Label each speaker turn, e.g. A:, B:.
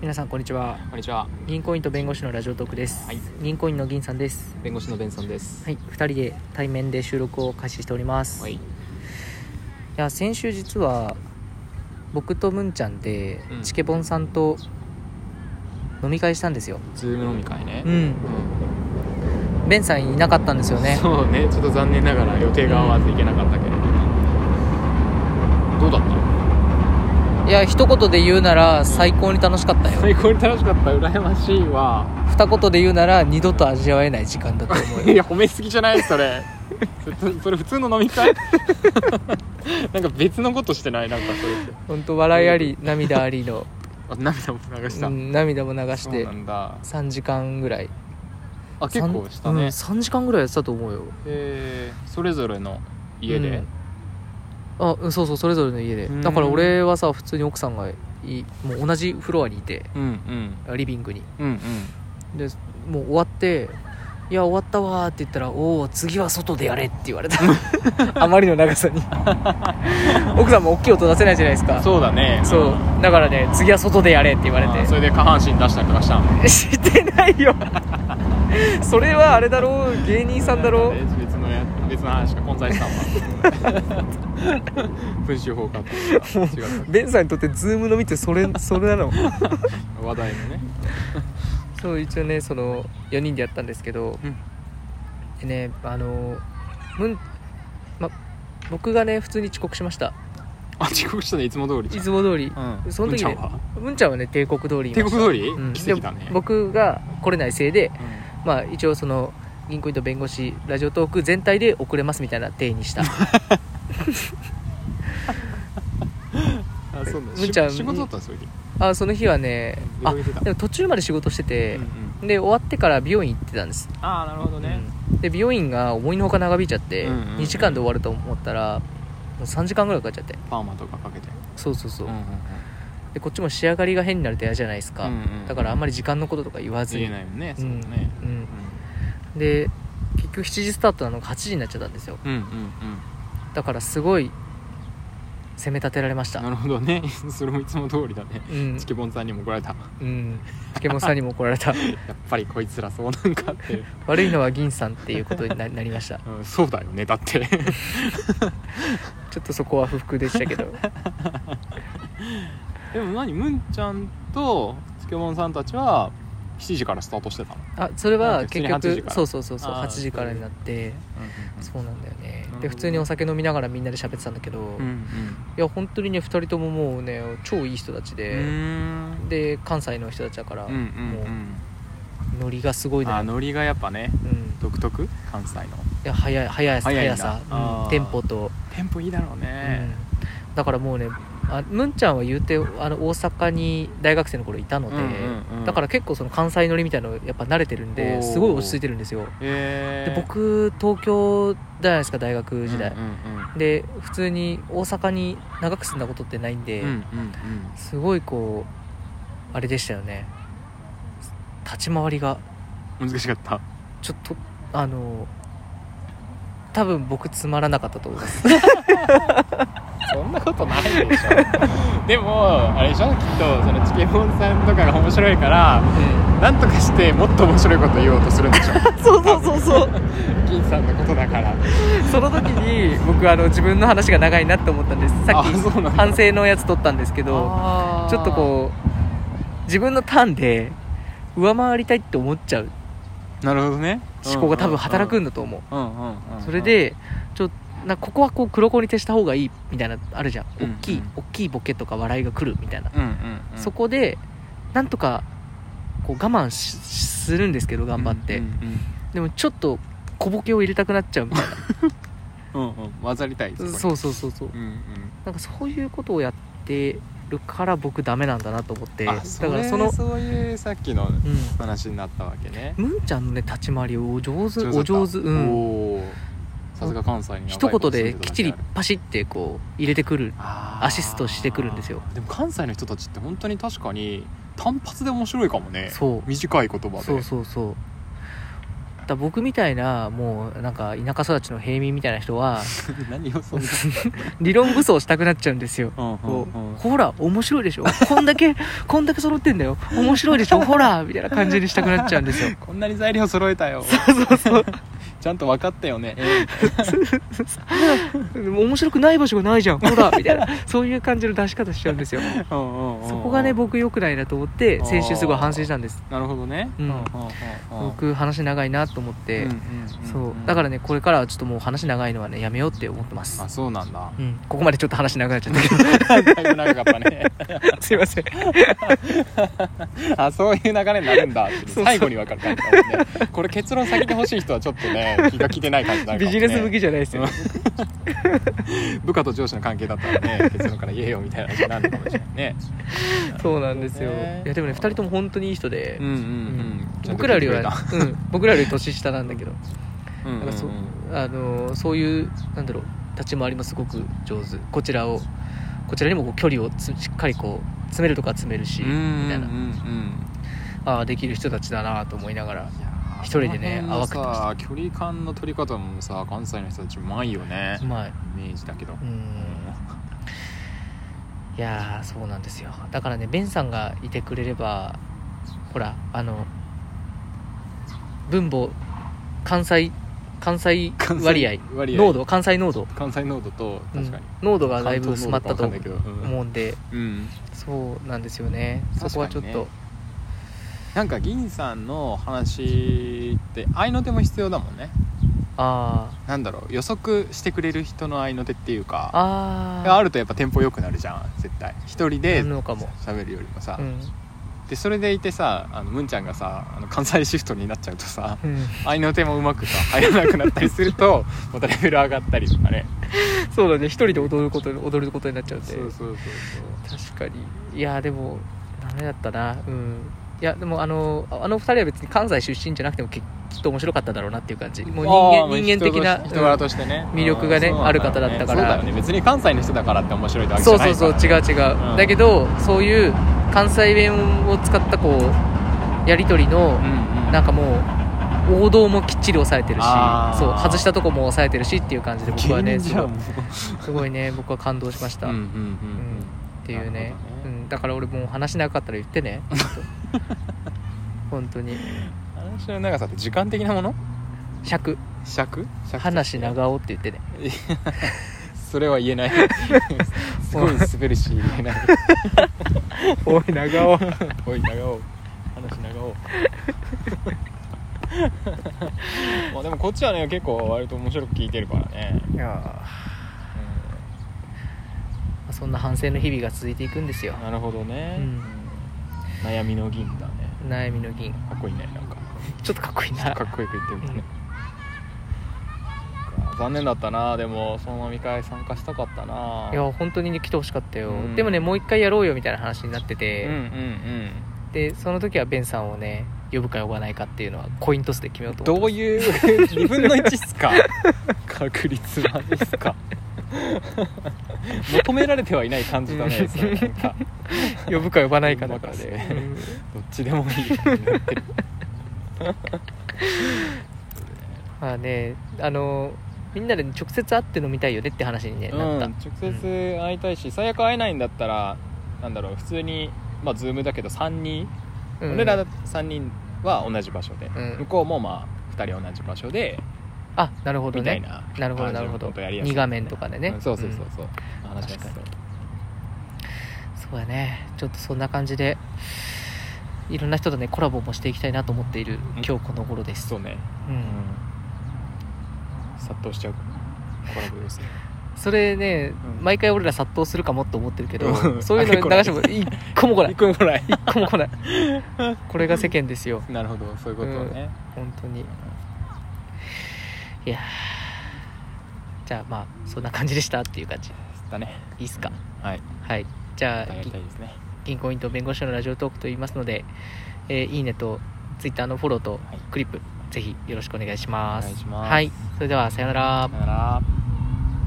A: 皆さんこんにちは
B: こんにちは、
A: 銀行員と弁護士のラジオトークです、
B: はい
A: 銀行員の銀さんです
B: 弁護士のベンさんです。
A: はい2人で対面で収録を開始しております、
B: はいい、
A: や先週実は僕とムンちゃんで
B: うん
A: チケボンさんと飲み会したんですよ
B: ズーム飲み会ね。
A: うんベンさんいなかったんですよ
B: うん
A: ね
B: そうね、ちょっと残念ながら予定が合わず行けなかったけれども。どうだっ
A: いや一言で言うなら最高に楽しかった
B: た
A: よ
B: 最高に楽しかった、羨ましいわ。
A: 二言で言うなら二度と味わえない時間だと思うよ
B: いや、褒めすぎじゃないそ れ。そそれ普通の飲み 会なんか別のことしてないなんかそれって
A: 本当笑いあり涙ありの、
B: あ涙も流し
A: う
B: た、
A: ん涙も流し
B: そう
A: て
B: なんだ
A: 3時間ぐらい
B: あ結構したね、
A: 3時間ぐらいやってたと思うよ
B: えーそれぞれの家で、
A: うんあうんそうそうそれぞれの家で
B: うん
A: だから俺はさ普通に奥さんがいもう同じフロアにいて
B: うん、うん
A: リビングに
B: うんうん
A: でもう終わって「いや終わったわ」って言ったら「おお次は外でやれ」って言 われたあまりの長さに奥さんも大きい音出せないじゃないですか
B: そうだね
A: そうだからね次は外でやれって言われ
B: あー
A: て
B: それで下半身出したりとかしたの
A: してないよそれはあれだろう芸人さんだろう
B: 別のや別の話が混在したわ文集法かと思った違う
A: ベンさんにとってズームのみってそれそれなの
B: 話題のね
A: そう一応ねその4人でやったんですけど、
B: うん
A: でねあのむん、ま、僕がね普通に遅刻しました
B: あ遅刻したねいつも通り
A: い
B: じ
A: つも通り
B: ゃんうん
A: その時
B: うん
A: ね
B: ちゃんは
A: むんちゃんはね帝国通りにい
B: 帝
A: まし
B: 国
A: た
B: 通り、
A: うん
B: 奇跡だね
A: で僕が来れないせいで
B: うん
A: まあ一応その銀行員と弁護士ラジオトーク全体で遅れますみたいな体にした
B: あそう
A: む
B: だ
A: んちゃん
B: 仕仕事だったんですよ
A: あその日はねあ
B: 出かけてた
A: でも途中まで仕事してて
B: うんう、ん
A: で終わってから美容院行ってたんです
B: ああなるほどね、
A: で美容院が思いのほか長引いちゃって、
B: うんうんうん
A: 2時間で終わると思ったらもう3時間ぐらいかかっちゃって
B: パーマとかかけて
A: そうそうそう、
B: うんうんうん
A: でこっちも仕上がりが変になると嫌じゃないですか、
B: うんうん
A: だからあんまり時間のこととか言わず
B: 言え
A: に
B: ないもんね
A: う
B: そうんだね
A: うんで結局7時スタートなのが8時になっちゃったんですよ
B: うんうんうん
A: だからすごい攻め立てられまし
B: う
A: た
B: んなるほどね それもいつも通りだね
A: うん
B: チケボンさんにも怒られた
A: うん竹本さんにも怒られ た
B: やっぱりこいつらそうなんかって、
A: 悪いのは銀さんっていうことにななりました
B: うん、そうだよねだって
A: ちょっとそこは不服でしたけ ど
B: でも何むんちゃんとつけもんさんたちは7時からスタートしてたの、
A: あそれは結
B: 普通に8時
A: 局
B: から
A: そうそうそうそう
B: あー
A: 8時からになって
B: そ
A: そうなんだよね
B: るほど
A: で
B: ね
A: 普通にお酒飲みながらみんなで喋ってたんだけど、
B: う
A: い
B: ん
A: や本当にね2人とももうね超いい人たち
B: う
A: で、
B: ん
A: で関西の人たちだから、
B: うんうん
A: も
B: うん
A: うノリがすごい
B: あ
A: ね、
B: ノリがやっぱね
A: うん、い
B: 独特関西の
A: や早い早い
B: 早いん
A: 速
B: だ
A: さ、
B: あ
A: うん、
B: ー
A: テンポと、
B: テンポいいだろうね、
A: うん、だからもうねあむんちゃんは言うてあの大阪に大学生の頃いたので、
B: うんうんうん
A: だから結構その関西乗りみたいなのやっぱ慣れてるん
B: お
A: で
B: ー
A: すごい落ち着いてるんですよ
B: え
A: で
B: ー、
A: 僕東京じゃないですか大学時代、
B: うんうん
A: で普通に大阪に長く住んだことってないんで、
B: うんうんうん
A: すごいこうあれでしたよね立ち回りが
B: うん難しかった
A: ちょっとあの多分僕つまらなかったと思います
B: そんなことないでしょ でもあれでしょきっとそのチケボンさんとかが面白いからなんとかしてもっと面白いこと言おうとするんでしょ
A: そうそうそうそう
B: 金さんのことだから
A: その時に僕あの自分の話が長いなって思ったんですさっ
B: あそう
A: き
B: なんだ
A: 反省のやつ撮ったんですけど
B: あー
A: ちょっとこう自分のターンで上回りたいって思っちゃう
B: なるほどね
A: 思考が多分働くん
B: だ
A: だと思うそ
B: そ
A: れでちょなんかここはこう黒子に徹した方がいいみたいなあるじゃん
B: うん
A: 大きい、
B: うん
A: 大きいボケとか笑いが来るみたいな、
B: うんうんうん
A: そこでなんとかこう我慢しするんですけど頑張って、
B: うん
A: でもちょっと小ボケを入れたくなっちゃう みたい
B: うんうんうんうん混ざりたい
A: な
B: こに
A: そうそうそうそう
B: うんうん
A: なんかそういうことをやってるから僕ダメなんだなと思ってだ
B: あ
A: か
B: それ
A: らその
B: そういうさっき
A: う
B: の
A: ん
B: 話になったわけね
A: むんちゃんのね立ち回りお上手お
B: だ
A: 上
B: った
A: 手うん
B: おーさすが関西に
A: 一言できっちりパシってこう入れてくるア
B: ア
A: シストしてくるんですよ
B: でも関西の人たちって本当に確かに単発で面白いかもね
A: そう
B: 短い言葉で
A: そうそうそうだ僕みたいなもうなんか田舎育ちの平民みたいな人は
B: 何をそんな
A: 理論武装したくなっちゃうんですよ
B: うんうん
A: こ
B: う
A: うんほら面白いでしょこんだけこんだけ揃ってんだよ面白いでしょほらみたいな感じにしたくなっちゃうんですよ
B: こんなに材料揃えたよ
A: そうそう
B: ちゃんと分かったよ ね、ええみたい
A: そう面白くない場所がないじゃんほらみたいなそういう感じの出し方しちゃうんですよ
B: なうんうんうんうん
A: そこがね僕良くないなと思って先週すごい反省したんです
B: なるほどね
A: うん
B: うんうんうんうん
A: 僕話長いなと思って、
B: うんうんうん
A: そうだからねこれからはちょっともう話長いのはねやめようって思ってます
B: あそうなんだ
A: うん、ここまでちょっと話長くなっちゃったけど
B: だいぶ長かったね
A: すいません
B: あそういう流れになるんだっていう
A: そうそう
B: 最後に分かる感じだもんねこれ結論先に欲しい人はちょっとね 気が利いてない感じになる
A: ビ
B: かも、ね、
A: ジネス向きじゃないですよ、
B: 部下と上司の関係だったら ね結論から言えよみたいな感じになるかもしれないね
A: そうなんですよ、
B: ね
A: いやでもね2人とも本当にいい人で、
B: うんうんうん
A: 僕らより
B: ちゃ
A: は
B: んと、
A: うん、僕らより年下なんだけど
B: 聞いて
A: な
B: くれたうんうん
A: か
B: ん
A: そ,、あのーそういうなんだろう立ち回りもすごく上手こちらをこちらにもこう距離をつしっかりこう詰めるとか詰めるし
B: うん
A: みたいな
B: うんうんうん
A: ああできる人たちだなと思いながら
B: いやー
A: 一人でね
B: この辺の
A: 泡食ってま
B: さ距離感の取り方もさ関西の人たちうまいよね
A: うまい
B: イメージだけど
A: うんいやーそうなんですよだからねベンさんがいてくれればほらあの分母関西関西
B: 関西
A: 割合
B: 割合
A: 濃度関西濃度、
B: 関西濃度と
A: うん
B: 確かに、
A: 濃度がだいぶ薄まったと
B: 関東濃度かわかんないけどうん
A: 思うんで
B: うん
A: そうなんですよね
B: 確かにね
A: そこはちょっと、
B: なんか銀さんの話って合いの手も必要だもんね
A: あ
B: なんだろう予測してくれる人の合いの手っていう
A: あ
B: か
A: あ
B: が
A: あ
B: あるとやっぱテンポ良くなるじゃん絶対一人で
A: なるのかも
B: 喋るよりもさ、
A: うん、
B: でそれでいてさあのむんちゃんがさあの関西シフトになっちゃうとさ
A: うん、
B: 合いの手もうまくさ入らなくなったりする とまたレベル上がったりとかね
A: そうだね一人で踊ること踊ることになっちゃうんで
B: そうそうそう
A: 確かにいやでもダメだったなうんいやでもあのあの二人は別に関西出身じゃなくてもききっと面白かっただろうなっていう感じも
B: そうう
A: 人間
B: あー
A: 人間的な
B: 人として人柄としてね、
A: 魅力がね
B: うんそうなん
A: ある方だったから
B: そうだよね別に関西の人だからって面白いってわ
A: うん
B: けじ
A: そ
B: ゃ
A: う
B: な
A: そ
B: いうから
A: そう違う
B: ね、
A: 違う、
B: うん
A: だけどそういう関西弁を使ったこうやり取りの
B: うんうん、
A: なんかもう王道もきっちり抑えてるし
B: あー
A: そう外したとこも抑えてるしっていう感じで僕はね
B: 芸人
A: す
B: じゃ
A: ごい
B: んも
A: すごいね僕は感動しました、
B: ううんうん
A: うんっていうね
B: なるほ
A: う
B: どね
A: ん、だから俺もう話なかったら言ってねちょっと本当に
B: うん話の長さって時間的なもの
A: 尺
B: 尺尺
A: 話長尾って言ってね
B: いや それは言 えないすごい滑るし言えない
A: おい長尾
B: おい長尾話長尾 まあでもこっちはね結構割と面白く聞いてるからね、
A: いやーそんな反省の日々が続いていくんですよ
B: うんなるほどね、
A: うん
B: 悩みの銀だね
A: 悩みの銀
B: かっこいいねなんか
A: ちょっとかっこいい
B: ちょっ
A: な
B: とかっこよく言ってみたね、残念だったなでもその飲み会参加したかったない
A: や本当にね来てほしかったよ、
B: うん
A: でもねもう一回やろうよみたいな話になって
B: うん
A: て、
B: うんうん
A: でその時はベンさんをね呼ぶか呼ばないかっていうのはコイントスで決めようと思って
B: どういう 2分の1っすか確率はですか求められてはいない感じだ
A: う
B: ね
A: ん
B: それなん か
A: ます呼ぶか呼ばないかだから
B: 呼ばな
A: ね
B: いかどっちでもいい感じになってる
A: まあねあのみんなで直接会って飲みたいよねって話に、ね
B: うん、
A: なった
B: 直接会いたいし最悪会えないんだったらなんだろう普通にまあズームだけど3人、
A: うん
B: 俺ら3人は同じ場所で、
A: うん
B: 向こうもまあ2人同じ場所で
A: あなるほど
B: みたい
A: ね
B: な
A: なるほどなるほど
B: 感じでやりやすい
A: 二画面とかでね
B: うんそうそうそうそう、話しやすい
A: 確そうやねちょっとそんな感じでいろんな人とねコラボもしていきたいなと思っている今日この頃です
B: そうね
A: うん
B: 殺到しちゃう コラボ要請
A: それね
B: うん
A: 毎回俺ら殺到するかもって思ってるけ
B: う
A: ど
B: ん
A: そういうの流しても一個も来ない
B: 一個も来 ない
A: 一個も来ないこれが世間ですよ
B: なるほどそういうことね、
A: 本当にいやーじゃあまあそんな感じでしたっていう感じい
B: だね
A: いっすか
B: はい
A: はいじゃあ
B: やり
A: ぎ
B: たいですね
A: 銀行員と弁護士のラジオトークと言いますので、えーいいねとツイッターのフォローと
B: はい
A: クリップ、ぜひよろしくお願いします
B: お願いします
A: はい、それではさようなら
B: さよなら